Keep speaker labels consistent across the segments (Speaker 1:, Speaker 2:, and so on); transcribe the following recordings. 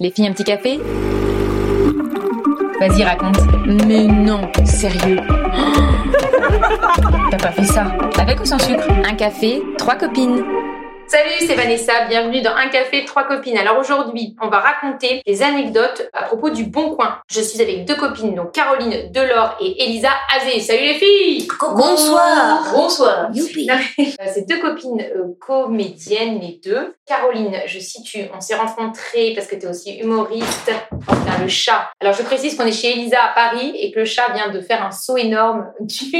Speaker 1: Les filles, un petit café Vas-y, raconte. Mais non, sérieux. T'as pas fait ça Avec ou sans sucre Un café, trois copines.
Speaker 2: Salut, c'est Vanessa. Bienvenue dans Un café, trois copines. Alors aujourd'hui, on va raconter des anecdotes à propos du Bon Coin. Je suis avec deux copines, donc Caroline Delors et Elisa Azé. Salut les filles
Speaker 3: Bonsoir.
Speaker 2: Bonsoir
Speaker 3: Youpi.
Speaker 2: Non, mais, euh, C'est deux copines euh, comédiennes, les deux. Caroline, je situe, on s'est rencontrées parce que tu es aussi humoriste. Oh putain, le chat. Alors, je précise qu'on est chez Elisa à Paris et que le chat vient de faire un saut énorme du,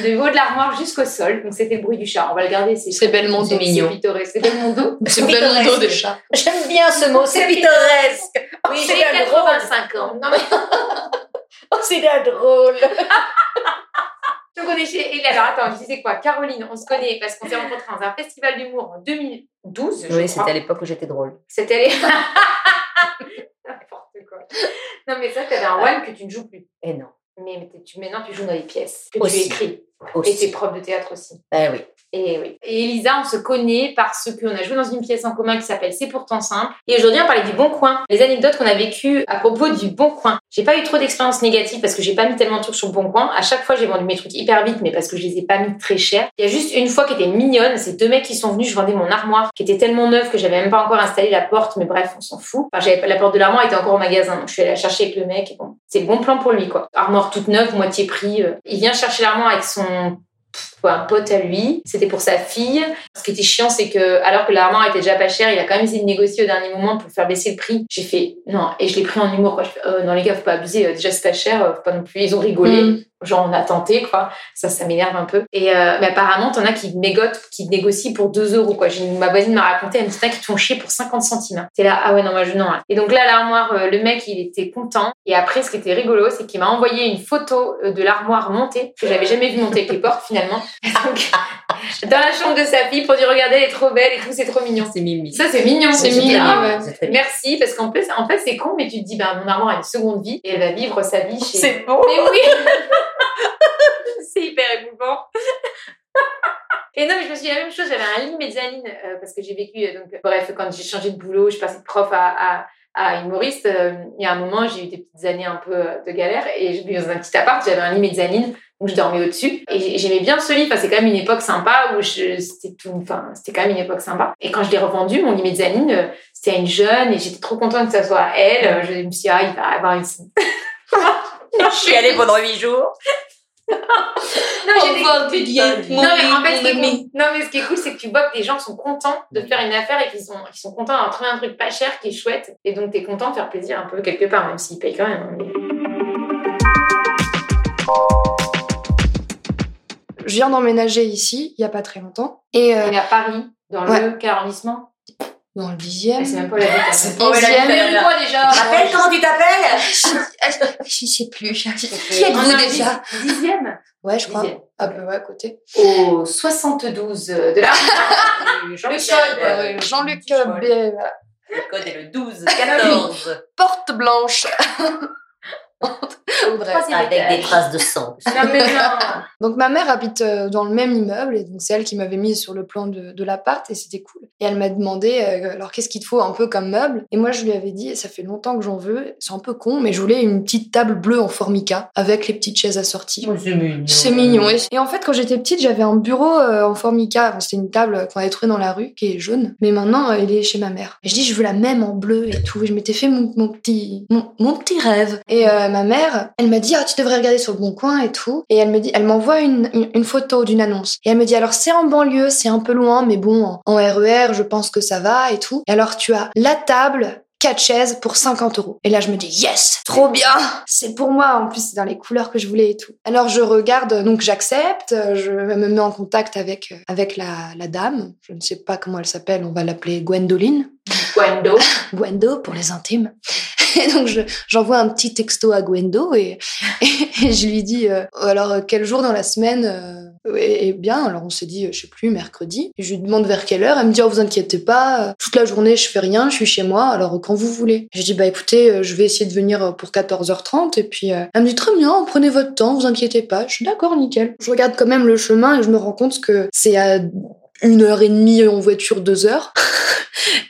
Speaker 2: du haut de l'armoire jusqu'au sol. Donc, c'était le bruit du chat. On va le garder, c'est
Speaker 4: C'est Belmondo.
Speaker 2: c'est
Speaker 4: mignon.
Speaker 2: C'est pittoresque. C'est Belmondo.
Speaker 4: C'est plein de dos de chat.
Speaker 3: J'aime bien ce mot, c'est pittoresque. Oui,
Speaker 2: J'ai
Speaker 3: c'est un drôle.
Speaker 2: 85 ans. Non, mais
Speaker 3: Oh, c'est un drôle.
Speaker 2: Donc on est chez Hélène. Alors attends, je disais quoi Caroline, on se connaît parce qu'on s'est rencontrés dans un festival d'humour en 2012. je
Speaker 3: Oui,
Speaker 2: crois.
Speaker 3: c'était à l'époque où j'étais drôle.
Speaker 2: C'était les. N'importe quoi. Non, mais ça, t'avais un one que tu ne joues plus.
Speaker 3: Et Ah. Eh non,
Speaker 2: Mais mais t'es- tu, maintenant, tu joues dans les pièces que
Speaker 3: Aussi.
Speaker 2: tu écris. Et t'es
Speaker 3: aussi.
Speaker 2: prof de théâtre aussi.
Speaker 3: Ben oui.
Speaker 2: Et oui. Et Elisa, on se connaît parce qu'on a joué dans une pièce en commun qui s'appelle C'est pourtant simple. Et aujourd'hui, on parlait du Bon Coin. Les anecdotes qu'on a vécues à propos du Bon Coin. J'ai pas eu trop d'expériences négatives parce que j'ai pas mis tellement de trucs sur le Bon Coin. À chaque fois, j'ai vendu mes trucs hyper vite, mais parce que je les ai pas mis très cher. Il y a juste une fois qui était mignonne. C'est deux mecs qui sont venus, je vendais mon armoire qui était tellement neuve que j'avais même pas encore installé la porte, mais bref, on s'en fout. Enfin, j'avais pas, la porte de l'armoire était encore au magasin, donc je suis allée la chercher avec le mec. et bon, c'est le bon plan pour lui, quoi. Armoire toute neuve, moitié prix. euh. Il vient chercher l'armoire avec son pff, un pote à lui, c'était pour sa fille. Ce qui était chiant, c'est que alors que l'armoire était déjà pas chère, il a quand même essayé de négocier au dernier moment pour faire baisser le prix. J'ai fait non, et je l'ai pris en humour. Quoi. Je fais, Euh, non les gars, faut pas abuser. euh, Déjà c'est pas cher, euh, faut pas non plus. Ils ont
Speaker 3: Mm.
Speaker 2: rigolé. Genre on a tenté quoi. Ça, ça m'énerve un peu. Et euh, mais apparemment, t'en as qui mégotent, qui négocient pour 2 euros quoi. J'ai- Ma voisine m'a raconté, elle me dit t'en as qui te font chier pour 50 centimes. hein. T'es là ah ouais non moi je non. hein. Et donc là l'armoire, euh, le mec il était content. Et après ce qui était rigolo, c'est qu'il m'a envoyé une photo euh, de l'armoire montée que j'avais jamais vu monter avec les portes finalement. Donc, dans la chambre de sa fille pour dire regardez elle est trop belle et tout c'est trop mignon.
Speaker 3: C'est mimi.
Speaker 2: Ça c'est mignon.
Speaker 4: C'est
Speaker 2: J'étais
Speaker 4: mignon,
Speaker 2: là,
Speaker 4: ouais.
Speaker 3: C'est très bien.
Speaker 2: Merci, parce qu'en plus, en fait, c'est con, mais tu te dis, ben, mon armoire a une seconde vie et elle va vivre sa vie chez.
Speaker 3: beau.
Speaker 2: Mais oui C'est hyper émouvant. Et non, mais je me suis dit la même chose, j'avais un lit mezzanine, euh, parce que j'ai vécu, euh, donc, bref, quand j'ai changé de boulot, je passais de prof à, à, à humoriste, euh, il y a un moment, j'ai eu des petites années un peu euh, de galère, et je vivais dans un petit appart, j'avais un lit mezzanine, où je dormais au-dessus, et j'aimais bien ce lit, enfin, c'est quand même une époque sympa, où je- c'était tout, enfin, c'était quand même une époque sympa. Et quand je l'ai revendu, mon lit mezzanine, euh, c'était à une jeune, et j'étais trop contente que ça soit à elle, Euh, je me suis dit, ah, il va avoir une...
Speaker 3: Je suis allée pendant 8 jours.
Speaker 2: Non, j'étais-
Speaker 4: Non,
Speaker 2: Non, mais en fait, ce qui est cool- non, mais ce qui est cool, c'est que tu vois que les gens sont contents de faire une affaire et qu'ils sont, qu'ils sont contents d'avoir trouvé un truc pas cher qui est chouette. Et donc, t'es content de faire plaisir un peu quelque part, même s'ils payent quand même. hein.
Speaker 5: je viens d'emménager ici, il n'y a pas très longtemps. Et euh,
Speaker 2: On est à Paris, dans le quel arrondissement
Speaker 5: dans le
Speaker 2: Ah,
Speaker 5: dixième,
Speaker 2: C'est même pas la ville. t'as raison.
Speaker 5: onzième,
Speaker 2: Mais quoi, déjà
Speaker 3: T'appelles comment tu t'appelles
Speaker 5: je sais plus. Qui
Speaker 2: On est
Speaker 5: êtes-vous
Speaker 2: à
Speaker 5: déjà
Speaker 2: dix- Dixième
Speaker 5: Ouais, je crois.
Speaker 2: Dixième.
Speaker 5: Un peu ouais, à côté.
Speaker 2: Au 72 de la
Speaker 3: Jean-Luc.
Speaker 2: Le sol,
Speaker 3: euh,
Speaker 5: Ouais, Jean-Luc
Speaker 3: Jean-
Speaker 5: euh, B- voilà.
Speaker 3: Le code est le 12, 14.
Speaker 5: Porte blanche. Audrey.
Speaker 3: Avec des traces de sang.
Speaker 2: Non, mais non.
Speaker 5: Donc ma mère habite euh, dans le même immeuble et donc c'est elle qui m'avait mise sur le plan de, de l'appart et c'était cool. Et elle m'a demandé euh, alors qu'est-ce qu'il te faut un peu comme meuble Et moi je lui avais dit ça fait longtemps que j'en veux, c'est un peu con mais je voulais une petite table bleue en formica avec les petites chaises assorties.
Speaker 3: Oh, C'est mignon.
Speaker 5: C'est mignon. Et, et en fait, quand j'étais petite, j'avais un bureau euh, en formica. Enfin, C'était une table qu'on avait trouvée dans la rue, qui est jaune. Mais maintenant, euh, il est chez ma mère. Et je dis, je veux la même en bleu et tout. Et je m'étais fait mon, mon petit, mon, mon petit rêve. Et euh, ma mère, elle m'a dit, ah, tu devrais regarder sur le bon coin et tout. Et elle me dit, elle m'envoie une, une, une photo d'une annonce. Et elle me dit, alors c'est en banlieue, c'est un peu loin, mais bon, en, en RER, je pense que ça va et tout. Et alors, tu as la table. quatre chaises pour 50 euros. Et là, je me dis, yes, trop bien! c'est pour moi en plus c'est dans les couleurs que je voulais et tout alors je regarde donc j'accepte euh, je me mets en contact avec euh, avec la, la dame je ne sais pas comment elle s'appelle on va l'appeler Gwendoline
Speaker 2: Guando.
Speaker 5: Gwendo pour les intimes et donc je- j'envoie un petit texto à Gwendo et, et je lui dis euh, alors euh, quel jour dans la semaine euh, eh eh bien, alors on s'est dit, euh, je sais plus, mercredi. Je lui demande vers quelle heure. Elle me dit, oh, vous inquiétez pas, euh, toute la journée je fais rien, je suis chez moi, alors euh, quand vous voulez. Je dis, bah écoutez, euh, je vais essayer de venir euh, pour 14h30. Et puis euh, elle me dit, très bien, prenez votre temps, vous inquiétez pas. Je suis d'accord, nickel. Je regarde quand même le chemin et je me rends compte que c'est à une heure et demie en voiture, deux heures.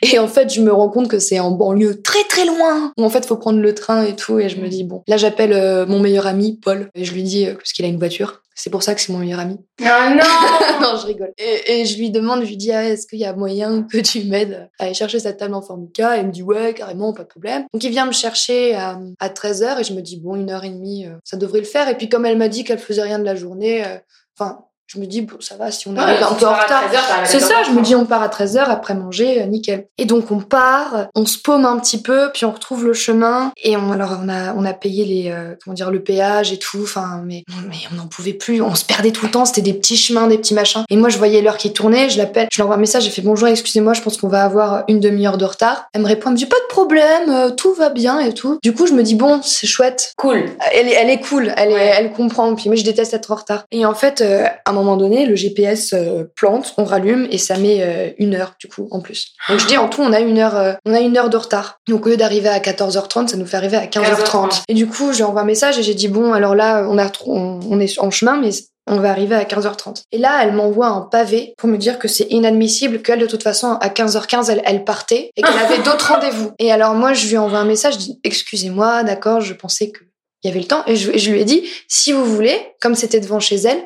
Speaker 5: Et en fait, je me rends compte que c'est en banlieue très très loin. Où en fait, faut prendre le train et tout. Et je me dis, bon, là, j'appelle euh, mon meilleur ami, Paul. Et je lui dis, euh, parce qu'il a une voiture. C'est pour ça que c'est mon meilleur ami.
Speaker 2: Non, non
Speaker 5: non, je rigole. Et, et je lui demande, je lui dis, ah, est-ce qu'il y a moyen que tu m'aides à aller chercher cette table en formica Et il me dit, ouais, carrément, pas de problème. Donc il vient me chercher à, 13h et je me dis, bon, une heure et demie, euh, ça devrait le faire. Et puis comme elle m'a dit qu'elle faisait rien de la journée, euh, enfin, je me dis, bon, ça va, si on arrive un peu en retard. C'est ça, je me dis, on part à 13h après manger, euh, nickel. Et donc, on part, on se paume un petit peu, puis on retrouve le chemin. Et on, alors, on a, on a payé les, euh, comment dire, le péage et tout. Enfin, mais, mais on n'en pouvait plus. On se perdait tout le temps. C'était des petits chemins, des petits machins. Et moi, je voyais l'heure qui tournait. Je l'appelle, je lui envoie un message. J'ai fait bonjour, excusez-moi, je pense qu'on va avoir une demi-heure de retard. Elle me répond, elle me dit, pas de problème, euh, tout va bien et tout. Du coup, je me dis, bon, c'est chouette
Speaker 2: Cool.
Speaker 5: elle est, elle est cool, elle, est-
Speaker 2: Ouais.
Speaker 5: elle comprend. Puis moi, je déteste être en retard. Et en fait, euh, à un moment donné, le GPS euh, plante, on rallume et ça met euh, une heure du coup en plus. Donc je dis en tout, on a une heure, euh, on a une heure de retard. Donc au lieu d'arriver à 14h30, ça nous fait arriver à 15h30. Et du coup, j'ai envoyé un message et j'ai dit bon, alors là, on a, trop- on, on est en chemin, mais on va arriver à 15h30. Et là, elle m'envoie un pavé pour me dire que c'est inadmissible, qu'elle, de toute façon, à 15h15, elle, elle partait et qu'elle avait d'autres rendez-vous. Et alors, moi, je lui envoie un message, je dis Excusez-moi, d'accord, je pensais qu'il y avait le temps. Et je, et je lui ai dit Si vous voulez, comme c'était devant chez elle,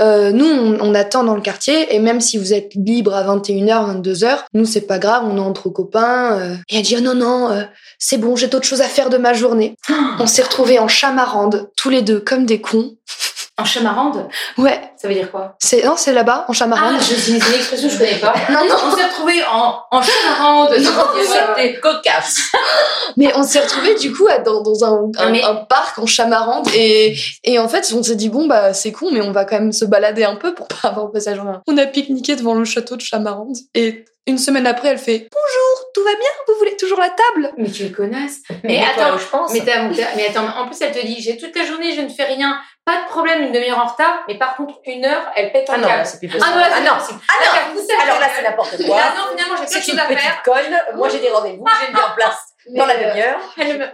Speaker 5: euh, nous, on, on attend dans le quartier, et même si vous êtes libre à 21h, 22h, nous, c'est pas grave, on est entre copains. euh. Et elle dit Ah Non, non, euh, c'est bon, j'ai d'autres choses à faire de ma journée. On s'est retrouvés en chamarande, tous les deux, comme des cons.
Speaker 2: En chamarande
Speaker 5: Ouais,
Speaker 2: Ça veut dire quoi
Speaker 5: c'est non, c'est là-bas en
Speaker 2: Ah,
Speaker 5: Chamarande.
Speaker 2: je c'est une expression que je connais pas.
Speaker 5: Ah, Non, non.
Speaker 2: On s'est retrouvés en, en chamarande.
Speaker 3: C'était cocasse.
Speaker 5: Mais on s'est retrouvés du coup à- dans, dans un, un-
Speaker 2: Mais-
Speaker 5: un parc en Chamarande et, et en fait on s'est dit bon bah c'est con mais on va quand même se balader un peu pour pas avoir passé la journée. On a pique-niqué devant le château de Chamarande et une semaine après elle fait bonjour tout va bien vous voulez toujours la table
Speaker 2: Mais tu le connasse. Mais
Speaker 3: Mais
Speaker 2: attends,
Speaker 3: attends, je pense.
Speaker 2: Mais, t'as- t'as- mais attends, en plus elle te dit j'ai toute la journée, je ne fais rien, pas de problème, une demi-heure en retard, mais par contre une heure, elle pète
Speaker 3: Ah
Speaker 2: un
Speaker 3: non,
Speaker 2: câble.
Speaker 3: c'est plus possible.
Speaker 2: Ah non, là,
Speaker 3: Ah
Speaker 2: c'est
Speaker 3: non.
Speaker 2: pas possible.
Speaker 3: Ah
Speaker 2: Là, t'as poussé à
Speaker 3: Alors là,
Speaker 2: la
Speaker 3: c'est
Speaker 2: gueule.
Speaker 3: n'importe quoi.
Speaker 2: Ah non, finalement j'ai quelque
Speaker 3: C'est
Speaker 2: chose
Speaker 3: une
Speaker 2: à faire.
Speaker 3: petite conne. Moi, j'ai des rendez-vous, j'ai mis en place dans la
Speaker 2: Mais, euh,
Speaker 3: demi-heure.
Speaker 2: Elle me-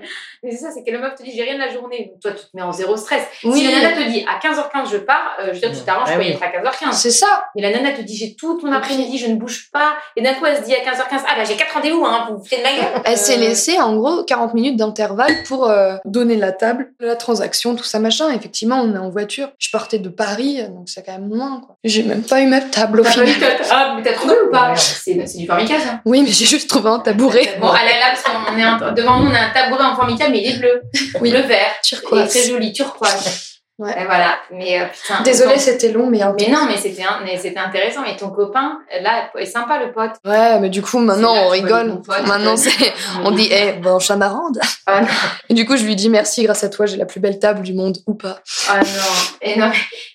Speaker 2: Mais c'est ça, c'est que le meuf te dit j'ai rien de la journée. Donc toi, tu te mets en zéro stress. Si
Speaker 5: Oui
Speaker 2: la nana te dit à 15h15 je pars, euh, je veux dire, tu t'arranges
Speaker 3: Ouais,
Speaker 2: pour y
Speaker 3: oui.
Speaker 2: être à 15h15.
Speaker 5: c'est ça
Speaker 2: Mais la nana te dit j'ai tout mon après-midi, je ne bouge pas. Et d'un coup, elle se dit à 15h15, ah bah j'ai 4 rendez-vous, hein, vous vous foutez de ma gueule.
Speaker 5: Elle s'est
Speaker 2: Euh,
Speaker 5: laissée en gros 40 minutes d'intervalle pour euh, donner la table, la transaction, tout ça machin. Effectivement, on est en voiture. Je partais de Paris, donc c'est quand même loin quoi. J'ai même pas eu ma table au
Speaker 2: T'as pas
Speaker 5: final.
Speaker 2: eu ta- Ah, mais t'as trouvé ou pas
Speaker 3: Merde.
Speaker 2: C'est c'est du formica ça.
Speaker 5: Oui, mais j'ai juste trouvé un tabouret.
Speaker 2: Bon, allez là, parce qu'on est un- devant nous, on a un tabouret en formica, mais il est bleu.
Speaker 5: Oui.
Speaker 2: Le vert. Il est
Speaker 5: Turquoise.
Speaker 2: très joli, turquoise.
Speaker 5: Ouais.
Speaker 2: Et voilà. Mais euh, putain.
Speaker 5: Désolée,
Speaker 2: ton-
Speaker 5: c'était long, mais un peu.
Speaker 2: Mais non, mais c'était un- mais c'était intéressant. Et ton copain, là, est sympa le pote.
Speaker 5: Ouais, mais du coup, maintenant,
Speaker 2: C'est là
Speaker 5: on
Speaker 2: que tu vois les
Speaker 5: rigole.
Speaker 2: bons potes,
Speaker 5: Maintenant,
Speaker 2: euh,
Speaker 5: c'est. On dit, eh, bon, en chamarande.
Speaker 2: Ah non.
Speaker 5: Et du coup, je lui dis merci, grâce à toi, j'ai la plus belle table du monde, ou pas.
Speaker 2: Ah non. Et non,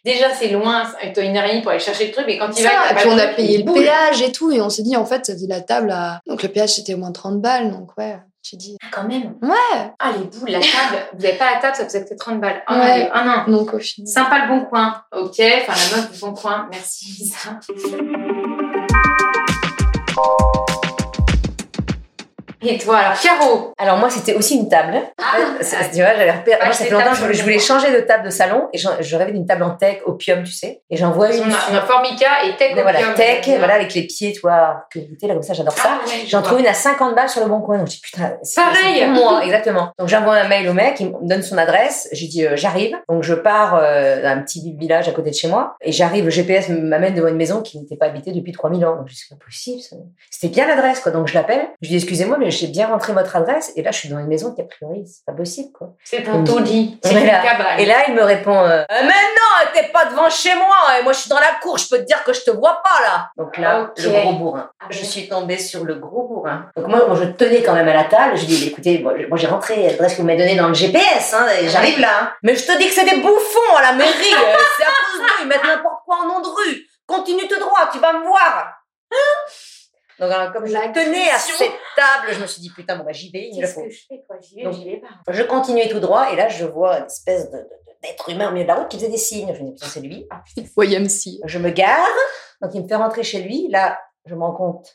Speaker 2: mais déjà, c'est loin. c'est- T'as une heure et demie pour aller chercher le truc. Et quand il va,
Speaker 5: Ça,
Speaker 2: t'as
Speaker 5: et
Speaker 2: pas
Speaker 5: puis on a
Speaker 2: truc,
Speaker 5: payé
Speaker 2: il
Speaker 5: le
Speaker 2: boule.
Speaker 5: péage et tout, et on s'est dit, en fait, ça faisait la table à. Donc le péage, c'était au moins 30 balles, donc ouais. Tu dis.
Speaker 2: Ah, Quand même.
Speaker 5: Ouais.
Speaker 2: Ah, les boules, la table. Vous n'avez pas la table, ça vous a coûté 30 balles. Ah non,
Speaker 5: Ouais.
Speaker 2: Ah non.
Speaker 5: Donc au final.
Speaker 2: Sympa le bon coin, ok. Enfin, la meuf du bon coin, merci Lisa. Et toi, alors, Caro
Speaker 3: Alors moi, c'était aussi une table. Ouais, c'est- tu vois, j'avais repéré.
Speaker 2: Ah,
Speaker 3: Moi, ça
Speaker 2: des
Speaker 3: fait
Speaker 2: tables
Speaker 3: longtemps que je voulais- je voulais
Speaker 2: sur
Speaker 3: changer de table de salon et j'en- je rêvais d'une table en tech, opium, tu sais. Et j'en vois
Speaker 2: on,
Speaker 3: une.
Speaker 2: a, on a Formica et Tech
Speaker 3: Mais voilà,
Speaker 2: Opium.
Speaker 3: tech, voilà, avec les pieds, tu vois, que goûter, là, comme ça, j'adore ça.
Speaker 2: Ah, ouais, je
Speaker 3: J'en
Speaker 2: vois.
Speaker 3: trouve une à 50 balles sur le bon coin. Donc, je dis, putain, c'est
Speaker 2: Pareil.
Speaker 3: c'est pour moi, exactement. Donc, j'envoie un mail au mec, il me donne son adresse. Je lui dis, euh, j'arrive. Donc, je pars euh, d'un petit village à côté de chez moi. Et j'arrive, le GPS m'amène devant une maison qui n'était pas habitée depuis 3000 ans. Donc, je dis, c'est pas possible. ça. C'était bien l'adresse, quoi. Donc, je l'appelle. Je lui dis, excusez-moi, mais j'ai bien rentré votre adresse. Et là, je suis dans une maison qui, a priori, c'est pas possible, quoi.
Speaker 2: C'est un taudis, c'est
Speaker 3: Voilà.
Speaker 2: une cabane.
Speaker 3: Et là, il me répond euh, Euh, Mais non, t'es pas devant chez moi, et moi je suis dans la cour, je peux te dire que je te vois pas là. Donc là,
Speaker 2: Ok.
Speaker 3: le gros bourrin.
Speaker 2: Ah,
Speaker 3: Je
Speaker 2: bon.
Speaker 3: suis tombée sur le gros bourrin. Donc moi, moi, je tenais quand même à la table, je dis Écoutez, moi je- moi, j'ai rentré l'adresse que vous m'avez donnée dans le GPS, hein, et j'arrive là. hein. Mais je te dis que c'est des bouffons à la mairie, euh, c'est à cause d'eux, ils mettent n'importe quoi en nom de rue. Continue tout droit, tu vas me voir. Hein Donc alors, comme je
Speaker 2: La
Speaker 3: tenais à
Speaker 2: pression.
Speaker 3: cette table, je me suis dit Putain, bon bah j'y vais, il me le
Speaker 2: Qu'est-ce
Speaker 3: faut.
Speaker 2: que je fais, quoi J'y vais,
Speaker 3: Donc-
Speaker 2: j'y vais pas.
Speaker 3: Je continuais tout droit et là je vois une espèce de- de- de- d'être humain au milieu de la route qui faisait des signes. Je me dis putain c'est lui.
Speaker 5: YMC.
Speaker 3: Je me gare, donc il me fait rentrer chez lui. Là je me rends compte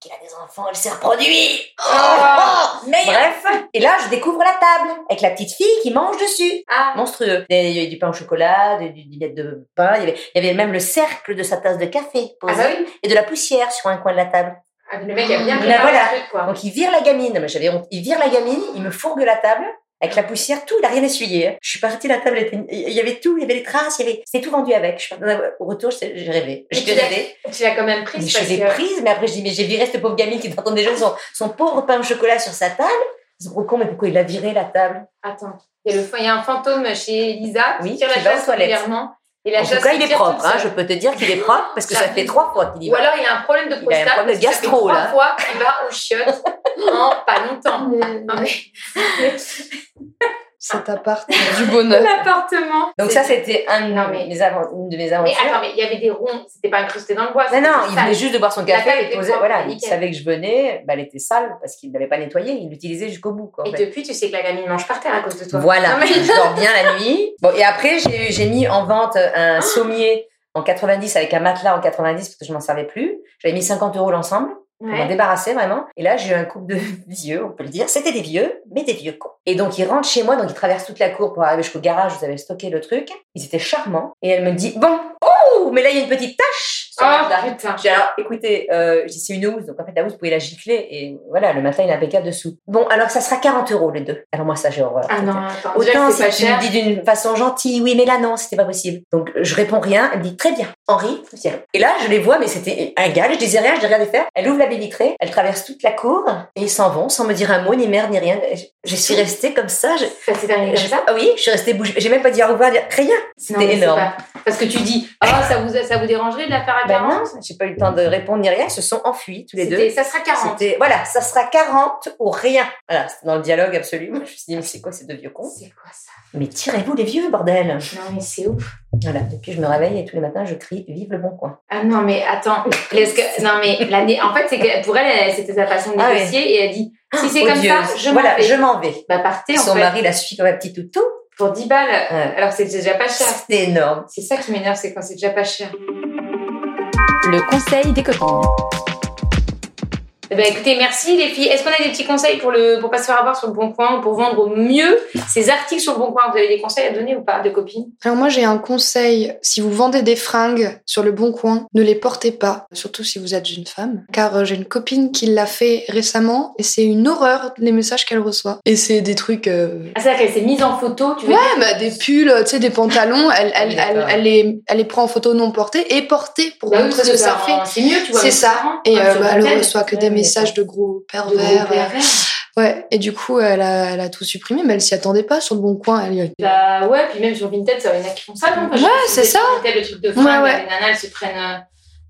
Speaker 3: qu'il a des enfants, il s'est reproduit.
Speaker 2: Oh
Speaker 3: Bref, Et là, je découvre la table avec la petite fille qui mange dessus.
Speaker 2: Ah,
Speaker 3: Monstrueux. Des- Il y avait du pain au chocolat, des- du, du lait de pain. Il y, avait, il y avait même le cercle de sa tasse de café
Speaker 2: ah
Speaker 3: posé
Speaker 2: bah oui.
Speaker 3: et de la poussière sur un coin de la table.
Speaker 2: Ah, le mec a bien
Speaker 3: Ben
Speaker 2: préparé
Speaker 3: voilà.
Speaker 2: le truc, quoi.
Speaker 3: Donc il vire la gamine. Mais j'avais honte. Il vire la gamine. Il me fourgue la table avec la poussière, tout. Il a rien essuyé. hein. Je suis partie, la table était. Il y avait tout. Il y avait les traces. Il y avait. C'était tout vendu avec. Je suis partie- au retour, j'ai j'ai rêvé.
Speaker 2: Mais
Speaker 3: J'ai
Speaker 2: tu l'as-
Speaker 3: rêvé.
Speaker 2: Tu l'as quand même
Speaker 3: Mais
Speaker 2: prise
Speaker 3: je
Speaker 2: parce
Speaker 3: faisais
Speaker 2: que.
Speaker 3: prise, mais après je dis, mais j'ai viré cette pauvre gamine qui est en train de déjeuner son, son pauvre pain au chocolat sur sa table. Ce gros con, mais pourquoi il a viré la table
Speaker 2: Attends, il y, a le fa- il y a un fantôme chez Elisa
Speaker 3: Oui,
Speaker 2: qui tire la
Speaker 3: qui va aux
Speaker 2: chasse
Speaker 3: toilettes.
Speaker 2: régulièrement. Et la
Speaker 3: En tout
Speaker 2: chasse
Speaker 3: cas, il
Speaker 2: se
Speaker 3: est
Speaker 2: tire
Speaker 3: propre,
Speaker 2: toute
Speaker 3: hein,
Speaker 2: seule.
Speaker 3: je peux te dire qu'il est propre parce que ça fait trois fois qu'il y
Speaker 2: Ou
Speaker 3: va.
Speaker 2: alors il a un problème de
Speaker 3: Il a un
Speaker 2: prostate.
Speaker 3: problème
Speaker 2: parce que ça fait
Speaker 3: gastro,
Speaker 2: trois
Speaker 3: là.
Speaker 2: fois qu'il va aux chiottes en pas longtemps. Non, mais
Speaker 5: Cet appart du bonheur.
Speaker 2: l'appartement.
Speaker 3: Euh, Donc ça, c'était un de
Speaker 2: Non, mais-
Speaker 3: mes avan- une de mes
Speaker 2: Mais
Speaker 3: aventures.
Speaker 2: attends, mais il y avait des ronds, c'était pas incrusté dans le bois.
Speaker 3: Non,
Speaker 2: c'était
Speaker 3: non,
Speaker 2: juste
Speaker 3: il
Speaker 2: ça.
Speaker 3: venait juste de boire son
Speaker 2: La table
Speaker 3: café,
Speaker 2: était
Speaker 3: il posait,
Speaker 2: propre,
Speaker 3: voilà, il
Speaker 2: nickel.
Speaker 3: savait que je venais, bah, elle était sale parce qu'il ne l'avait pas nettoyée, il l'utilisait jusqu'au bout. Quoi, en
Speaker 2: Et
Speaker 3: fait.
Speaker 2: depuis, tu sais que la gamine mange par terre à cause de toi.
Speaker 3: Voilà,
Speaker 2: Non, mais-
Speaker 3: je dors bien la nuit. Bon, et après, j'ai j'ai mis en vente
Speaker 2: Ah.
Speaker 3: un sommier en 90 avec un matelas en 90 parce que je m'en servais plus. J'avais mis 50 euros l'ensemble. On m'en
Speaker 2: Ouais.
Speaker 3: débarrassait vraiment. Et là, j'ai eu un couple de vieux, on peut le dire. C'était des vieux, mais des vieux cons. Et donc, ils rentrent chez moi, donc ils traversent toute la cour pour arriver jusqu'au garage où j'avais stocké le truc. Ils étaient charmants. Et elle me dit Bon, oh, mais là, il y a une petite tache sur la
Speaker 2: Oh
Speaker 3: table.
Speaker 2: putain.
Speaker 3: J'ai dit, alors, écoutez, euh, j'ai dit, c'est une housse, donc en fait, la housse, vous pouvez la gicler, et voilà, le matelas, il est impeccable dessous. Bon, alors ça sera 40 euros, les deux. Alors, moi, ça, j'ai horreur.
Speaker 2: Ah non, attends, déjà
Speaker 3: Autant
Speaker 2: que
Speaker 3: si
Speaker 2: c'est pas
Speaker 3: tu me
Speaker 2: cher.
Speaker 3: dis d'une façon gentille, oui, mais là non, c'était pas possible. Donc je réponds rien, elle me dit très bien, Henri, vous y allez. Et là, je les vois, mais c'était un gars, je disais rien, je dis rien de faire. Elle ouvre la baie vitrée, elle traverse toute la cour et ils s'en vont sans me dire un mot, ni merde, ni rien. Je, je suis restée comme ça. Je,
Speaker 2: Ça s'est terminé comme
Speaker 3: je-
Speaker 2: ça
Speaker 3: ah oui, je suis restée bouche. J'ai même pas dit au revoir, rien.
Speaker 2: Non, mais
Speaker 3: C'était
Speaker 2: c'est
Speaker 3: énorme.
Speaker 2: pas- Parce que tu dis, oh, ça vous, ça vous dérangerait de la faire à
Speaker 3: Ben non,
Speaker 2: 40
Speaker 3: j'ai pas eu le temps de répondre ni rien. Ils se sont enfuis tous les deux.
Speaker 2: C'était- Ça hein. sera 40.
Speaker 3: C'était voilà, ça sera 40 ou rien. Voilà, c'était dans le dialogue absolu. Moi, Je me suis dit, mais c'est quoi ces deux vieux cons
Speaker 2: C'est quoi ça
Speaker 3: Mais tirez-vous les vieux, bordel
Speaker 2: Non, mais c'est ouf.
Speaker 3: Voilà, depuis je me réveille et tous les matins je crie Vive le bon coin.
Speaker 2: Ah non, mais attends. Parce que- non, mais l'année. En fait, c'est que pour elle, elle- c'était sa façon de
Speaker 3: Ah
Speaker 2: négocier et elle dit si c'est comme ça,
Speaker 3: Odieuse.
Speaker 2: je m'en
Speaker 3: voilà,
Speaker 2: vais.
Speaker 3: je m'en vais.
Speaker 2: Bah, partez en
Speaker 3: Son
Speaker 2: fait.
Speaker 3: mari la suit comme un petit toutou.
Speaker 2: Pour 10 balles,
Speaker 3: Ouais.
Speaker 2: alors c'est déjà pas cher.
Speaker 3: C'était énorme.
Speaker 2: C'est ça qui m'énerve, c'est quand c'est déjà pas cher.
Speaker 1: Le conseil des copines.
Speaker 2: Eh ben, écoutez, merci les filles. Est-ce qu'on a des petits conseils pour le pour pas se faire avoir sur le bon coin ou pour vendre au mieux ces articles sur le bon coin Vous avez des conseils à donner ou pas de copines
Speaker 5: Alors moi j'ai un conseil, si vous vendez des fringues sur le bon coin, ne les portez pas, surtout si vous êtes une femme, car euh, j'ai une copine qui l'a fait récemment et c'est une horreur les messages qu'elle reçoit. Et c'est des trucs... euh,
Speaker 2: Ah, c'est vrai qu'elle s'est mise en photo, tu veux
Speaker 5: Ouais, bah, des pulls, euh, tu sais, des pantalons, elle, elle,
Speaker 3: Oui,
Speaker 5: elle,
Speaker 3: d'accord.
Speaker 5: elle les, elle les prend en photo non portée et portée
Speaker 2: Ah,
Speaker 5: pour
Speaker 2: Bah oui,
Speaker 5: montrer
Speaker 2: parce
Speaker 5: ce
Speaker 2: que
Speaker 5: que ça
Speaker 2: ça
Speaker 5: fait.
Speaker 2: rend- C'est mieux, tu vois.
Speaker 5: C'est
Speaker 2: mais
Speaker 5: ça.
Speaker 2: rend
Speaker 5: Et
Speaker 2: un
Speaker 5: euh,
Speaker 2: peu
Speaker 5: bah, elle
Speaker 2: belle,
Speaker 5: reçoit que
Speaker 3: ouais,
Speaker 5: des
Speaker 3: mais
Speaker 5: messages de gros
Speaker 2: de gros
Speaker 5: pervers. euh,
Speaker 2: pervers.
Speaker 5: Ouais, et du coup, elle a, elle a tout supprimé, mais elle s'y attendait pas sur le bon coin. Elle y a-
Speaker 2: Bah ouais, puis même sur Vinted, ça, il y en a qui font ça, non Enfin, je
Speaker 5: Ouais,
Speaker 2: sais
Speaker 5: c'est
Speaker 2: pas si
Speaker 5: ça.
Speaker 2: Vinted, le truc de
Speaker 5: Ouais,
Speaker 2: fringues,
Speaker 5: ouais.
Speaker 2: les nanas, elles se prennent. euh,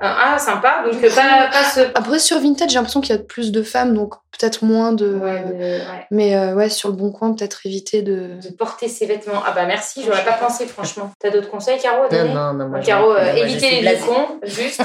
Speaker 2: un- ah, sympa, donc euh, pas, pas ce.
Speaker 5: Après, sur Vinted, j'ai l'impression qu'il y a plus de femmes, donc peut-être moins de.
Speaker 2: Ouais, de, ouais,
Speaker 5: Mais euh, ouais, sur le bon coin, peut-être éviter de.
Speaker 2: de porter ses vêtements. Ah bah merci, j'aurais pas pensé, franchement. T'as d'autres conseils, Caro à
Speaker 3: Non,
Speaker 2: donner
Speaker 3: non, non. moi, je-
Speaker 2: Caro, euh,
Speaker 3: moi, je suis
Speaker 2: évitez les
Speaker 3: blasée.
Speaker 2: cons, juste,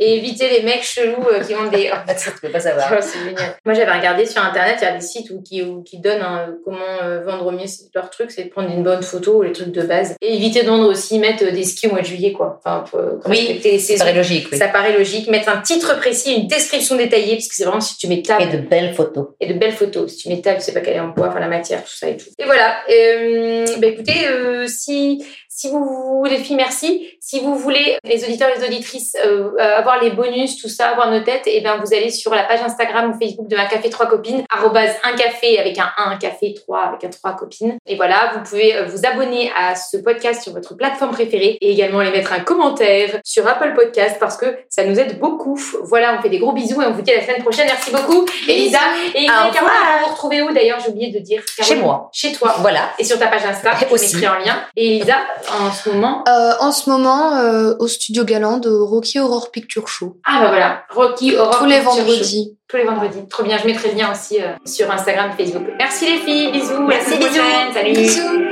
Speaker 2: et évitez les mecs chelous euh, qui ont des. Oh,
Speaker 3: Ça, tu peux pas
Speaker 2: tu
Speaker 3: savoir.
Speaker 2: vois, c'est génial. Moi, j'avais regardé sur internet, il y a des sites où, qui, où- qui donnent hein, comment euh, vendre au mieux leurs trucs, c'est de prendre une bonne photo, les trucs de base. Et éviter de vendre aussi, mettre euh, des skis au mois de juillet, quoi. Enfin, pour euh,
Speaker 3: Oui,
Speaker 2: respecter les
Speaker 3: C'est
Speaker 2: saisons.
Speaker 3: paraît logique, oui.
Speaker 2: Ça paraît logique. Mettre un titre précis, une description détaillée, parce que c'est vraiment si tu mets table
Speaker 3: Et de belles photos.
Speaker 2: et de belles photos. Si tu mets table, tu sais pas quelle est en bois, enfin la matière, tout ça et tout. Et voilà. Euh, bah, écoutez, euh, si, si vous voulez, les filles, merci. Si vous voulez, les auditeurs, les auditrices, euh, euh, avoir les bonus, tout ça, avoir nos têtes, et ben vous allez sur la page Instagram ou Facebook de Un Café 3 Copines, arrobase un café avec un 1, un café 3 avec un 3 copines. Et voilà, vous pouvez euh, vous abonner à ce podcast sur votre plateforme préférée et également aller mettre un commentaire sur Apple Podcast parce que ça nous aide beaucoup. Voilà, on fait des gros bisous et on vous dit à la semaine prochaine. Merci beaucoup, Elisa. Et
Speaker 3: Au
Speaker 2: Caroline,
Speaker 3: revoir.
Speaker 2: vous retrouver où d'ailleurs J'ai oublié de dire.
Speaker 3: Chez
Speaker 2: Caroline,
Speaker 3: moi.
Speaker 2: Chez toi.
Speaker 3: Voilà.
Speaker 2: Et sur ta page Insta, je
Speaker 3: Aussi.
Speaker 2: mettrai en lien. Et Elisa, en ce moment.
Speaker 5: Euh, en ce moment, euh, au studio Galande, au Rocky Horror Picture Show.
Speaker 2: Ah bah voilà, Rocky Aurore.
Speaker 5: Tous les
Speaker 2: Picture Show.
Speaker 5: vendredis.
Speaker 2: Tous les vendredis. Trop bien, je mettrai le lien aussi euh, sur Instagram, Facebook. Merci les filles, bisous. à la
Speaker 3: Merci,
Speaker 2: semaine
Speaker 3: bisous.
Speaker 2: prochaine. Salut.
Speaker 5: Bisous.